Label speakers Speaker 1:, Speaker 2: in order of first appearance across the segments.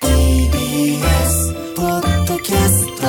Speaker 1: TBS ポッドキャスト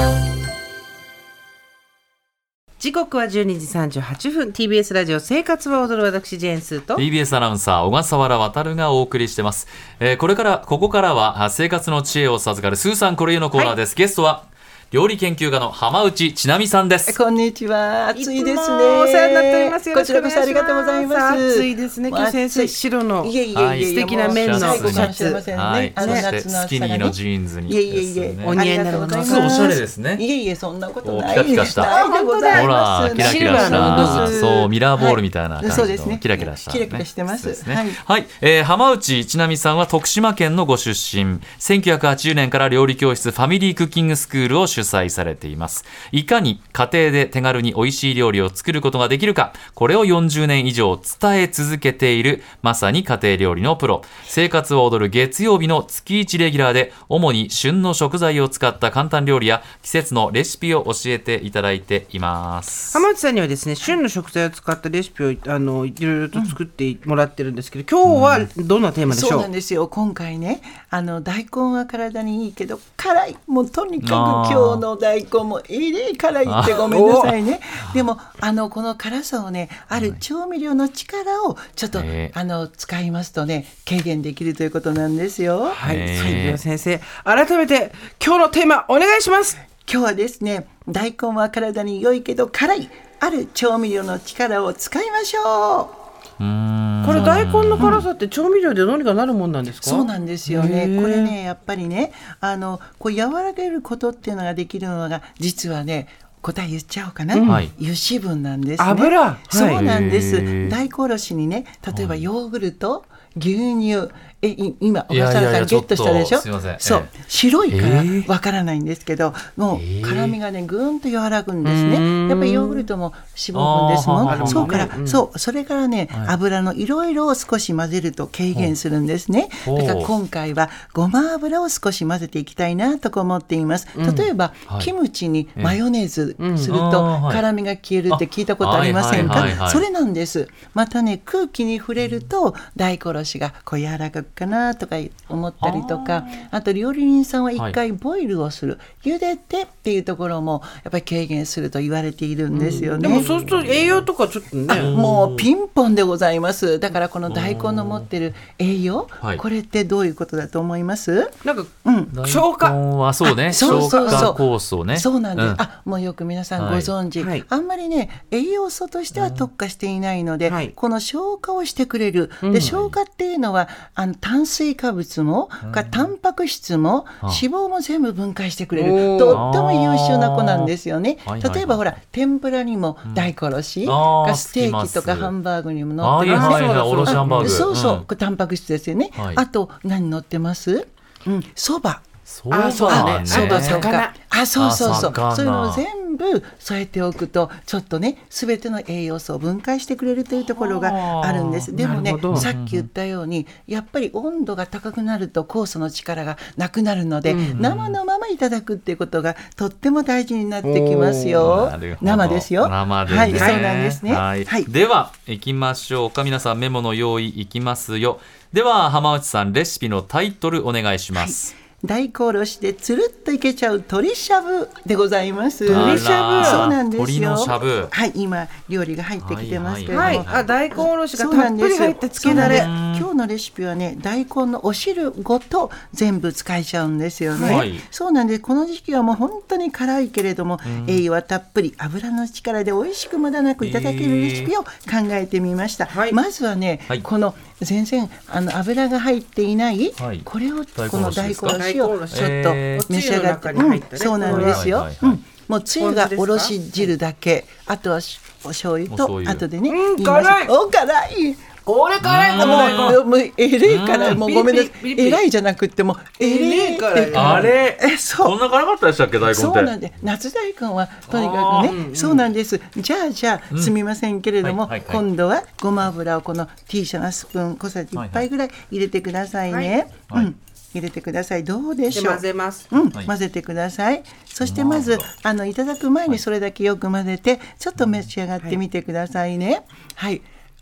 Speaker 2: 時刻は12時38分 TBS ラジオ生活は踊る私ジェーンスーと
Speaker 3: TBS アナウンサー小笠原渉がお送りしてます、えーこれからここからはあ生活の知恵を授かるスーさんこれゆのコーナーです、ゲストは料理研究家の浜内千奈美さんです
Speaker 4: こんにちは。暑いですね。
Speaker 2: つもお世話になっておりますよ
Speaker 4: こちらこそありがとうございます。
Speaker 2: 暑いですね今日先生
Speaker 4: 暑い
Speaker 2: 白の
Speaker 4: いえいえいえいえ
Speaker 3: はい
Speaker 2: 素敵な
Speaker 4: もう
Speaker 2: 綿の
Speaker 4: シャツ
Speaker 2: シ
Speaker 4: か
Speaker 2: ャ
Speaker 4: も
Speaker 2: ツ
Speaker 4: しれませんね。
Speaker 3: はい、
Speaker 4: あの
Speaker 3: そし
Speaker 4: 夏の
Speaker 3: て
Speaker 4: 暑さ
Speaker 3: スキニーのジーンズに
Speaker 4: いえいえい
Speaker 3: です
Speaker 4: え。
Speaker 3: ね
Speaker 2: お似合いになる
Speaker 4: ありがとうございます
Speaker 3: すごいおしゃれですね
Speaker 4: いえいえ、そんなこと
Speaker 3: こう
Speaker 4: ない。
Speaker 3: ピカピカした
Speaker 4: ないでござい
Speaker 3: ほ
Speaker 4: ま
Speaker 3: ら
Speaker 4: す
Speaker 3: キラキラ
Speaker 2: シ
Speaker 3: し
Speaker 2: ルバーの
Speaker 3: た
Speaker 2: ロゴス
Speaker 3: そうミラーボールみたいな
Speaker 4: はいそ
Speaker 3: 感
Speaker 4: うで
Speaker 3: じ
Speaker 4: すね
Speaker 3: のキラキラした、
Speaker 4: キラキラしてます
Speaker 3: そうですねは
Speaker 4: はいい、
Speaker 3: えー浜内千奈美さんは徳島県のご出身1980年から料理教室ファミリークッキングスクールを主催されていますいかに家庭で手軽に美味しい料理を作ることができるかこれを40年以上伝え続けているまさに家庭料理のプロ生活を踊る月曜日の月1レギュラーで主に旬の食材を使った簡単料理や季節のレシピを教えていただいています
Speaker 2: 浜内さんにはですね旬の食材を使ったレシピをあのいろいろと作ってもらってるんですけど、今日はどんなテーマでし
Speaker 4: そう
Speaker 2: ょう,、
Speaker 4: なんですよ今回ねあの大根は体にいいけど辛いもうとにかく
Speaker 3: あー
Speaker 4: 今日の大根もえれい辛いってごめんなさいねでもあのこの辛さをねある調味料の力をちょっと、
Speaker 3: ね
Speaker 4: あの使いますとね軽減できるということなんですよ。
Speaker 2: はい、
Speaker 3: ね
Speaker 2: はいでは先生改めて今日のテーマお願いします
Speaker 4: 今日はですね大根は体に良いけど辛いある調味料の力を使いましょう
Speaker 2: これ大根の辛さって調味料でどうにかなるもんなんですか
Speaker 4: そうなんですよ
Speaker 2: へ
Speaker 4: ね。
Speaker 2: ー
Speaker 4: これねやっぱりねあのこう和らげることっていうのができるのが実はね答え言っちゃおうかな、
Speaker 3: はい
Speaker 4: 油脂分なんですね
Speaker 2: 油はい
Speaker 4: そうなんで
Speaker 3: へ
Speaker 4: す
Speaker 3: ー
Speaker 4: 大根おろしにね例えばヨーグルト、牛乳えい今小
Speaker 3: いや
Speaker 4: 笠
Speaker 3: いやい
Speaker 4: 原さ
Speaker 3: や
Speaker 4: んゲットしたでし
Speaker 3: ちょっ
Speaker 4: ょ
Speaker 3: とすいません
Speaker 4: そう、
Speaker 3: ええ
Speaker 4: 白いから
Speaker 3: えー
Speaker 4: わからないんですけどもう辛みがねぐーんと和らぐんですねやっぱりヨーグルトも脂肪分です
Speaker 3: あー
Speaker 4: も
Speaker 3: は
Speaker 4: ん、
Speaker 3: いはい
Speaker 4: そうから、
Speaker 2: うん
Speaker 4: そうそれからね、
Speaker 3: はい
Speaker 4: 油のいろいろを少し混ぜると軽減するんですね
Speaker 3: ほう
Speaker 4: だから今回はごま油を少し混ぜていきたいなと思っています、例えば、
Speaker 3: はい
Speaker 4: キムチにマヨネーズ
Speaker 2: ええ
Speaker 4: すると
Speaker 3: うんあーはい
Speaker 4: 辛みが消えるって聞いたことありません
Speaker 3: あはいはいはいは
Speaker 4: か
Speaker 3: い
Speaker 4: それなんですまたね空気に触れると大根おろしがこう柔らかくかなとか思ったりとかあと料理人さんは一回ボイルをする、茹でてっていうところもやっぱり軽減すると言われているんですよ
Speaker 2: で
Speaker 4: ね、
Speaker 2: もそうすると栄養とかちょっとね
Speaker 4: もうピンポンでございます。だからこの大根の持ってる栄養、
Speaker 3: はい
Speaker 4: これってどういうことだと思います？
Speaker 2: なんか
Speaker 4: うん。
Speaker 2: 消
Speaker 3: 大
Speaker 2: 化
Speaker 3: 根はそうね
Speaker 4: あそうそうそう
Speaker 3: 消化酵素ね
Speaker 4: そうなんです、
Speaker 3: うん
Speaker 4: あもうよく皆さんご
Speaker 3: はい
Speaker 4: 存知、
Speaker 2: はい
Speaker 4: あんまりね栄養素としては特化していないので、
Speaker 2: はい
Speaker 4: この消化をしてくれる、
Speaker 2: ん
Speaker 4: で消化っていうのはあの炭水化物も、かタンパク質も
Speaker 3: あ
Speaker 4: 脂肪も全部分解してくれ
Speaker 2: おー
Speaker 4: るとっても優秀な子なんですよね、
Speaker 3: はいはいはい
Speaker 4: 例えばほら天ぷらにも大根おろし、
Speaker 3: んあー
Speaker 4: がステーキとか
Speaker 3: つきます
Speaker 4: ハンバーグにも乗っ
Speaker 3: は
Speaker 4: て
Speaker 3: い
Speaker 4: るんですよ
Speaker 3: はいはいおろしハンバーグ
Speaker 4: そうそう、
Speaker 3: ん
Speaker 4: これタンパク質ですよね、
Speaker 3: はい
Speaker 4: あと何乗ってますうん、そば
Speaker 3: そう
Speaker 2: あそうだね
Speaker 3: なん
Speaker 2: そうだ
Speaker 4: と
Speaker 2: 魚
Speaker 4: かあそうそうそう
Speaker 3: あ魚
Speaker 4: そういうのを全部添えておくとちょっとね全ての栄養素を分解してくれるというところがあるんで
Speaker 2: は
Speaker 4: す
Speaker 2: あ
Speaker 4: でも
Speaker 2: な
Speaker 4: ね
Speaker 2: るほど
Speaker 4: さっき言ったようにやっぱり温度が高くなると酵素の力がなくなるので、生のままいただくっていうことがとっても大事になってきますよ
Speaker 3: なるほど
Speaker 4: 生ですよ
Speaker 3: 生でね、
Speaker 4: はいそうなんですね
Speaker 3: はい
Speaker 4: はい
Speaker 3: では行きましょうか皆さんメモの用意いきますよでは浜内さんレシピのタイトルお願いします、
Speaker 4: 大根おろしでつるっといけちゃう鶏しゃぶでございま
Speaker 3: あ
Speaker 4: す。
Speaker 3: ら
Speaker 4: 鶏しゃぶそうなんですよ。
Speaker 3: 鶏のしゃぶ
Speaker 4: はい、今料理が入ってきてますけれども。
Speaker 2: はいあ大根おろしがたっぷり入ってつけだれ
Speaker 4: そうなんです今日のレシピはね大根のお汁ごと全部使えちゃうんですよね、
Speaker 3: はい
Speaker 4: そうなんですこの時期はもう本当に辛いけれども、栄養はたっぷり油の力で美味しく無駄なくいただけるレシピを考えてみました、
Speaker 2: はい
Speaker 4: まずはね、
Speaker 3: はい
Speaker 4: この全然あの油が入っていない、
Speaker 3: はい
Speaker 4: これを
Speaker 3: 大根
Speaker 4: こ
Speaker 3: お
Speaker 4: の
Speaker 3: ろし
Speaker 4: 大
Speaker 3: で
Speaker 4: 根
Speaker 3: す
Speaker 4: お
Speaker 3: か
Speaker 4: ろしをちょっと
Speaker 3: え
Speaker 2: ー
Speaker 4: 召し上がって、
Speaker 2: おつゆの中に入って
Speaker 4: う
Speaker 2: ね
Speaker 4: ん、そうなんですよ、
Speaker 3: はいはいはい
Speaker 4: うんもうつゆがおろし汁だけあとはしお醤油
Speaker 3: お
Speaker 4: と
Speaker 3: 醤油
Speaker 4: 後でね
Speaker 2: うん
Speaker 4: 言います
Speaker 2: 辛い
Speaker 4: お辛い
Speaker 2: これ辛い
Speaker 4: も
Speaker 2: のもう
Speaker 4: うもうえれいからもうごめんなさ
Speaker 2: ピリピリ
Speaker 4: い
Speaker 2: ピリ
Speaker 4: えらいじゃなくってもうえれいから
Speaker 2: えれいから
Speaker 3: あれ
Speaker 4: えそう
Speaker 3: こんな辛かったでしたっけ大根って
Speaker 4: そうなんで夏大根はとにかくね、そうなんですじゃあじゃあすみませんけれども、
Speaker 3: はいはいはい
Speaker 4: 今度はごま油をこの小さなスプーン小さじ1杯ぐらい入れてくださいね、
Speaker 3: はい
Speaker 4: うん、入れてくださいどうでし
Speaker 2: で
Speaker 4: ょう
Speaker 2: 混ぜます
Speaker 4: うん、
Speaker 3: はい
Speaker 4: 混ぜてください。そしてまずあのいただく前にそれだけよく混ぜて、ちょっと召し上がってみてくださいね。はい、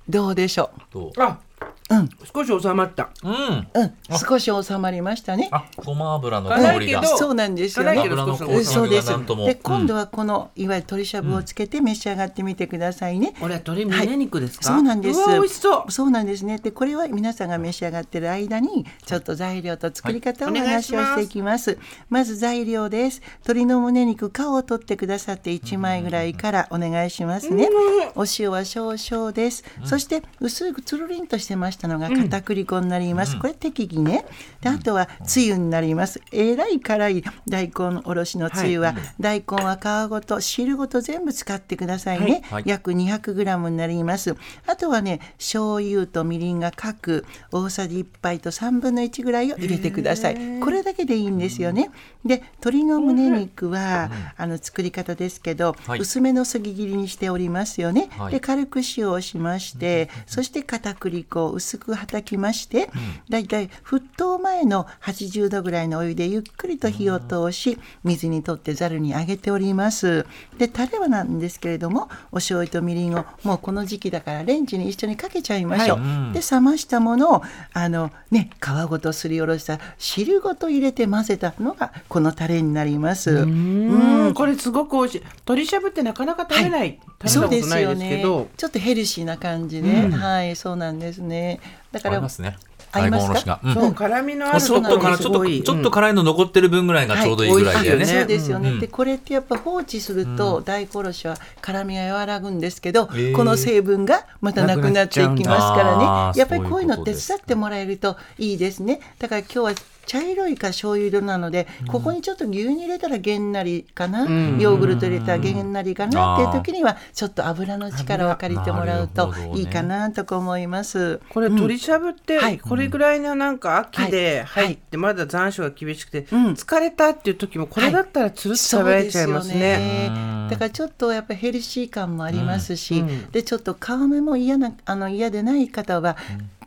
Speaker 4: どうでしょ
Speaker 3: ど
Speaker 2: あ
Speaker 4: うん
Speaker 2: 少し収まった
Speaker 3: ううん
Speaker 4: う。うん、少し収まりましたね。
Speaker 3: あごま油の
Speaker 2: 辛
Speaker 3: 香
Speaker 2: い
Speaker 3: り
Speaker 2: け
Speaker 3: が
Speaker 2: ど
Speaker 4: そうなんですよね
Speaker 2: 辛いけど少し
Speaker 3: 油の香り
Speaker 2: 収ま
Speaker 3: が
Speaker 4: そ
Speaker 2: っ
Speaker 4: うです
Speaker 3: なんとも。
Speaker 4: で今度はこのいわゆる鶏しゃぶをつけて召し上がってみてくださいね。
Speaker 2: これ鶏胸肉ですか、
Speaker 4: そうなんです。
Speaker 2: うわ美味しそう
Speaker 4: そうなんですね。で、これは皆さんが召し上がってる間に、ちょっと材料と作り方をお
Speaker 2: はいお願い
Speaker 4: 話
Speaker 2: し
Speaker 4: を
Speaker 2: ます
Speaker 4: していきます。まず材料です。鶏の胸肉、皮を取ってくださって1枚ぐらいからお願いしますね。お塩は少々です。そして薄くつるりんとしてましたのが片栗粉になります。これ適宜ね。で、あとはつゆになります。えらい辛い大根おろしのつゆは、大根は皮ごと汁ごと全部使ってくださいね。
Speaker 3: はい
Speaker 4: 約 200g になりますあとはね醤油とみりんが各大さじ1杯と3分の1ぐらいを入れてくださいこれだけでいいんですよねで鶏の胸肉は、あの作り方ですけど、
Speaker 3: はい
Speaker 4: 薄めのそぎ切りにしておりますよね、
Speaker 3: はい
Speaker 4: で軽く塩をしまして、そして片栗粉を薄くはたきまして、だいたい沸騰前の80度ぐらいのお湯でゆっくりと火を通し水にとってざるにあげておりますでタレはなんですけれどもお醤油とみりんをもうこの時期だからレンジに一緒にかけちゃいましょう、で冷ましたものをあのね皮ごとすりおろした汁ごと入れて混ぜたのがこのタレになります、
Speaker 2: うんこれすごく美味しい鶏しゃぶってなかなか食べない、食べたことないですけど
Speaker 4: ちょっとヘルシーな感じで、はい、そうなんですね。だか
Speaker 3: 合
Speaker 4: ら
Speaker 3: いますね。
Speaker 4: 合い
Speaker 3: 大
Speaker 4: ま
Speaker 3: 根おろ
Speaker 4: すか
Speaker 3: しが。うん
Speaker 2: そう,、辛みのある
Speaker 3: ちょっ
Speaker 4: そ
Speaker 3: と
Speaker 4: うな
Speaker 3: 辛
Speaker 4: んで
Speaker 3: い
Speaker 4: す
Speaker 3: ちょっとちょっと辛いの残ってる分ぐらいがちょうどいいぐらいだよ
Speaker 2: はい美味しい
Speaker 3: ね。
Speaker 4: そうですよね。
Speaker 3: うん
Speaker 4: でこれってやっぱ放置すると大根おろしは辛みが和らぐんですけど、
Speaker 3: ー
Speaker 4: この成分がまたなくなっていきま
Speaker 3: なく
Speaker 4: すか
Speaker 3: な
Speaker 4: ら
Speaker 3: っちゃうんだ
Speaker 4: ね。やっぱり
Speaker 3: あー
Speaker 4: こういうの手
Speaker 3: そう
Speaker 4: 伝
Speaker 3: いう
Speaker 4: ってもらえるといいですね。だから今日は茶色いか醤油色なので、ここにちょっと牛乳入れたらげんなりかな、ヨーグルト入れたらげんなりかなっていう時にはちょっと油の力を借りてもらうといいかなとか思います。
Speaker 2: これ鶏しゃぶって、
Speaker 4: はい
Speaker 2: これぐらいのなんか秋で
Speaker 4: はい
Speaker 2: 入ってまだ残暑が厳しくて、
Speaker 4: ん
Speaker 2: 疲れたっていう時もこれだったらつるっと食べられちゃいますね,、
Speaker 4: そうですよねだからちょっとやっぱヘルシー感もありますし、でちょっと皮目も嫌なあの嫌でない方は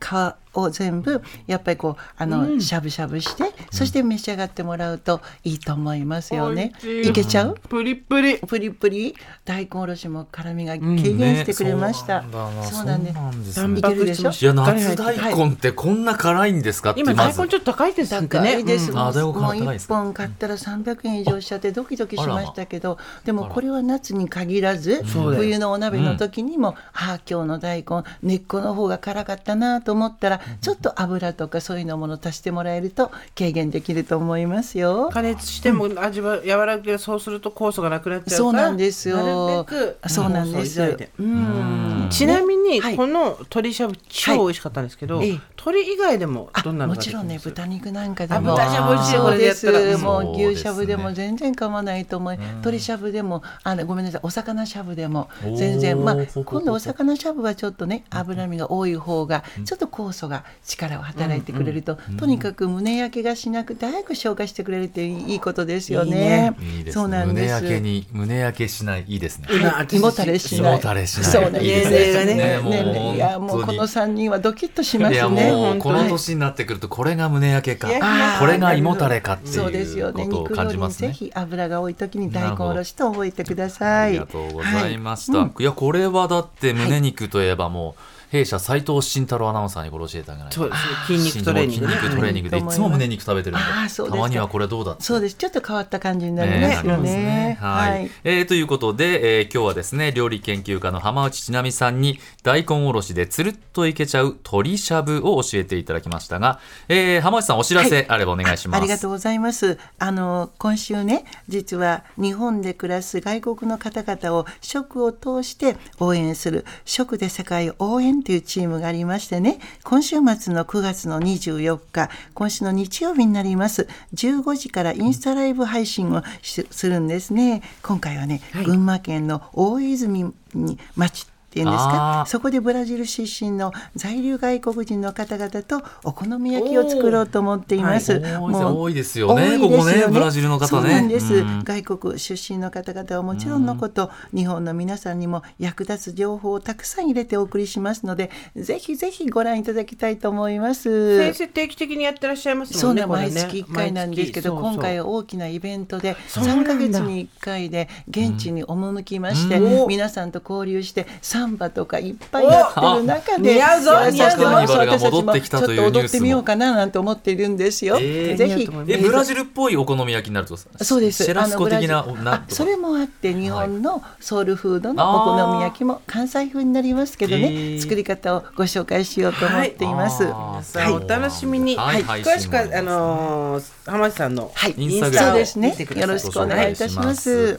Speaker 4: 皮を全部やっぱりこうあの、しゃぶしゃぶして、そして召し上がってもらうといいと思いますよね。
Speaker 2: 美味しい
Speaker 4: いけちゃう？
Speaker 2: プリップリ
Speaker 4: プリプリ大根おろしも辛みが軽減してくれました。
Speaker 3: ねそ
Speaker 4: そうう
Speaker 3: な
Speaker 4: なんん
Speaker 3: だ
Speaker 4: で
Speaker 3: なそうなんです
Speaker 2: タ
Speaker 3: ね
Speaker 2: ンパク質も
Speaker 3: い
Speaker 2: し
Speaker 3: や
Speaker 2: っかり入
Speaker 3: 夏
Speaker 2: って
Speaker 3: 大根ってこんな辛いんですかって
Speaker 2: 今
Speaker 3: ま
Speaker 2: 大
Speaker 3: ず
Speaker 2: 根ちょっと高いですよ
Speaker 4: 高い
Speaker 2: ね
Speaker 4: です、
Speaker 3: うん
Speaker 4: も
Speaker 3: あ
Speaker 4: う
Speaker 3: 大根
Speaker 4: もう
Speaker 3: 高いです
Speaker 4: 1
Speaker 3: か
Speaker 4: 本買ったら300円以上しちゃってドキドキしましたけどでもこれは夏に限らず
Speaker 2: そうだよ
Speaker 4: 冬のお鍋の時にも、ああ今日の大根根っこの方が辛かったなと思ったらちょっと油とかそういうのもの足してもらえると軽減できると思いますよ。
Speaker 2: 加熱しても味は柔らかいけどそうすると酵素がなくなっちゃうから
Speaker 4: そうなんですよ
Speaker 2: なるべく
Speaker 4: そうなんです
Speaker 2: 酵素を入れないうんちなみに
Speaker 4: はい
Speaker 2: この鶏しゃぶ超美味しかったんですけど、
Speaker 4: はいええ
Speaker 2: 鶏以外でもどんなの
Speaker 4: も
Speaker 2: がで
Speaker 4: ち
Speaker 2: きま
Speaker 4: ろ
Speaker 2: す
Speaker 4: んね豚肉なんかで
Speaker 2: あ
Speaker 4: も
Speaker 2: 豚しゃぶ美味しい
Speaker 4: そうです
Speaker 2: これでやった
Speaker 3: ら
Speaker 4: もう牛しゃぶでも全然構わないと思い、鶏しゃぶでもあのごめんなさいお魚しゃぶでも全
Speaker 3: おー
Speaker 4: 然まあ
Speaker 3: ほうほうほう
Speaker 4: 今度お魚しゃぶはちょっとね脂身が多い方がちょっと酵素が力を働いてくれると、とにかく胸焼けがしなく早く消化してくれるっていいことですよね。
Speaker 3: いいです
Speaker 4: そう
Speaker 3: ね
Speaker 4: なんで
Speaker 3: 胸
Speaker 4: す
Speaker 3: 焼けに胸焼けしないいいですね
Speaker 2: 今
Speaker 4: 胃もたれしない。
Speaker 3: 胃もたれしない
Speaker 4: そうなんです
Speaker 2: 年齢がね
Speaker 4: ね
Speaker 2: もう
Speaker 4: 年齢いや、もう
Speaker 3: 本当
Speaker 4: こ
Speaker 3: に
Speaker 4: の三人はドキッとしま
Speaker 3: いや
Speaker 4: す
Speaker 3: もう
Speaker 4: ね。本
Speaker 3: こ
Speaker 4: 当に
Speaker 3: の年になってくるとこれが胸焼けか
Speaker 2: いや
Speaker 4: あー
Speaker 3: これが胃もたれかって
Speaker 4: そうです
Speaker 3: い
Speaker 4: よ
Speaker 3: うこ
Speaker 4: ね。
Speaker 3: とを
Speaker 4: 肉料
Speaker 3: 感
Speaker 4: 理
Speaker 3: じま
Speaker 4: に
Speaker 3: す
Speaker 4: ぜ
Speaker 3: ね。
Speaker 4: ひ油が多い時に
Speaker 3: な
Speaker 4: 大
Speaker 3: る
Speaker 4: 根
Speaker 3: ほど
Speaker 4: おろしと覚えてくだ
Speaker 3: あ
Speaker 4: さい。
Speaker 3: りがとうございました。
Speaker 4: はいい
Speaker 3: やこれはだって胸肉といえばもう弊社斉藤慎太郎アナウンサーにご教えてあげないと
Speaker 2: そうですね筋肉トレーニングね
Speaker 3: 筋肉トレーニングでいつも胸肉食べてるんで
Speaker 4: あーそうで
Speaker 3: た
Speaker 4: すか
Speaker 3: まにはこれどうだって
Speaker 4: そうです。ちょっと変わった感じになり
Speaker 3: ね
Speaker 4: ますよね。
Speaker 3: はい、
Speaker 4: はい。
Speaker 3: えーということで、えー今日はですね料理研究家の浜内千奈美さんに大根おろしでつるっといけちゃう鶏しゃぶを教えていただきましたが、えー浜内さんお知らせあればお願いします。
Speaker 4: ありがとうございます。あの今週ね、実は日本で暮らす外国の方々を食を通して応援する食で世界を応援というチームがありましてね、今週末の9月の24日、今週の日曜日になります。15時からインスタライブ配信をしするんですね。今回はね、群馬県の大泉に町っていうんです
Speaker 3: あ
Speaker 4: か
Speaker 3: ー
Speaker 4: そこでブラジル出身の在留外国人の方々とお好み焼きを作ろうと思っています。
Speaker 3: おー
Speaker 4: もう
Speaker 3: 多いですよね
Speaker 4: 多いですよ
Speaker 3: ここねブラジルの方ね
Speaker 4: そうなんです、
Speaker 3: うん
Speaker 4: 外国出身の方々はもちろんのこと、日本の皆さんにも役立つ情報をたくさん入れてお送りしますのでぜひぜひご覧いただきたいと思います。
Speaker 2: 先生定期的にやってらっしゃいます
Speaker 4: そ
Speaker 2: も
Speaker 4: うん
Speaker 2: ね
Speaker 4: なん
Speaker 2: これ
Speaker 4: 毎
Speaker 2: ね
Speaker 4: 月1回なんですけど、
Speaker 2: 毎月そうそう
Speaker 4: 今回は大きなイベントで
Speaker 2: うなん
Speaker 4: 3
Speaker 2: だ
Speaker 4: ヶ月に1回で現地に赴きまして、
Speaker 2: うん
Speaker 4: 皆さんと交流してサンバとかいっぱいやってる中で
Speaker 2: お似合うぞ
Speaker 4: 私たちも
Speaker 2: 似合う
Speaker 3: ぞ
Speaker 4: 私たちも
Speaker 3: 戻ってきたという
Speaker 4: ちょっ
Speaker 3: ニュ
Speaker 4: と踊
Speaker 3: ー
Speaker 4: っ
Speaker 3: ス
Speaker 4: て
Speaker 3: も
Speaker 4: みようかななんて思っているんですよ。
Speaker 3: えー
Speaker 4: ぜひ
Speaker 3: えブラジルっぽいお好み焼きになるってことですか
Speaker 4: そうです。
Speaker 3: シェラスコ的な
Speaker 4: あのブラジル
Speaker 3: なん
Speaker 4: あ
Speaker 3: とか
Speaker 4: それもあって日本のソウルフードのお好み焼きも関西風になりますけどね、
Speaker 3: えー
Speaker 4: 作り方をご紹介しようと思っています。
Speaker 3: あー
Speaker 2: さあお楽しみに、
Speaker 3: は
Speaker 2: はいい、
Speaker 3: はい
Speaker 2: 詳しくはあのー、浜地さんの、
Speaker 4: はい
Speaker 2: インス
Speaker 4: そ
Speaker 2: タ
Speaker 4: う
Speaker 2: を
Speaker 4: ですね
Speaker 2: 見てく。ださ
Speaker 4: よ
Speaker 2: い
Speaker 4: ろしくお願いいたします。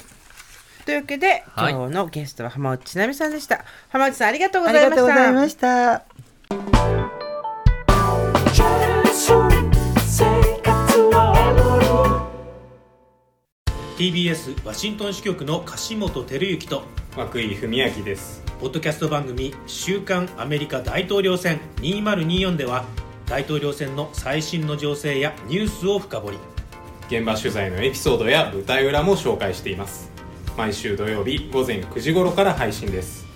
Speaker 2: というわけで、
Speaker 3: はい
Speaker 2: 今日のゲストは浜内千奈美さんでした浜内さんありがとうご
Speaker 4: あ
Speaker 2: ざ
Speaker 4: り
Speaker 2: い
Speaker 4: が
Speaker 2: ま
Speaker 4: とうござい
Speaker 2: した
Speaker 4: ました。
Speaker 5: TBS ワシントン支局の樫本照之と
Speaker 6: 和久井文明です
Speaker 5: ポッドキャスト番組「週刊アメリカ大統領選2024」では大統領選の最新の情勢やニュースを深掘り
Speaker 6: 現場取材のエピソードや舞台裏も紹介しています毎週土曜日午前9時頃から配信です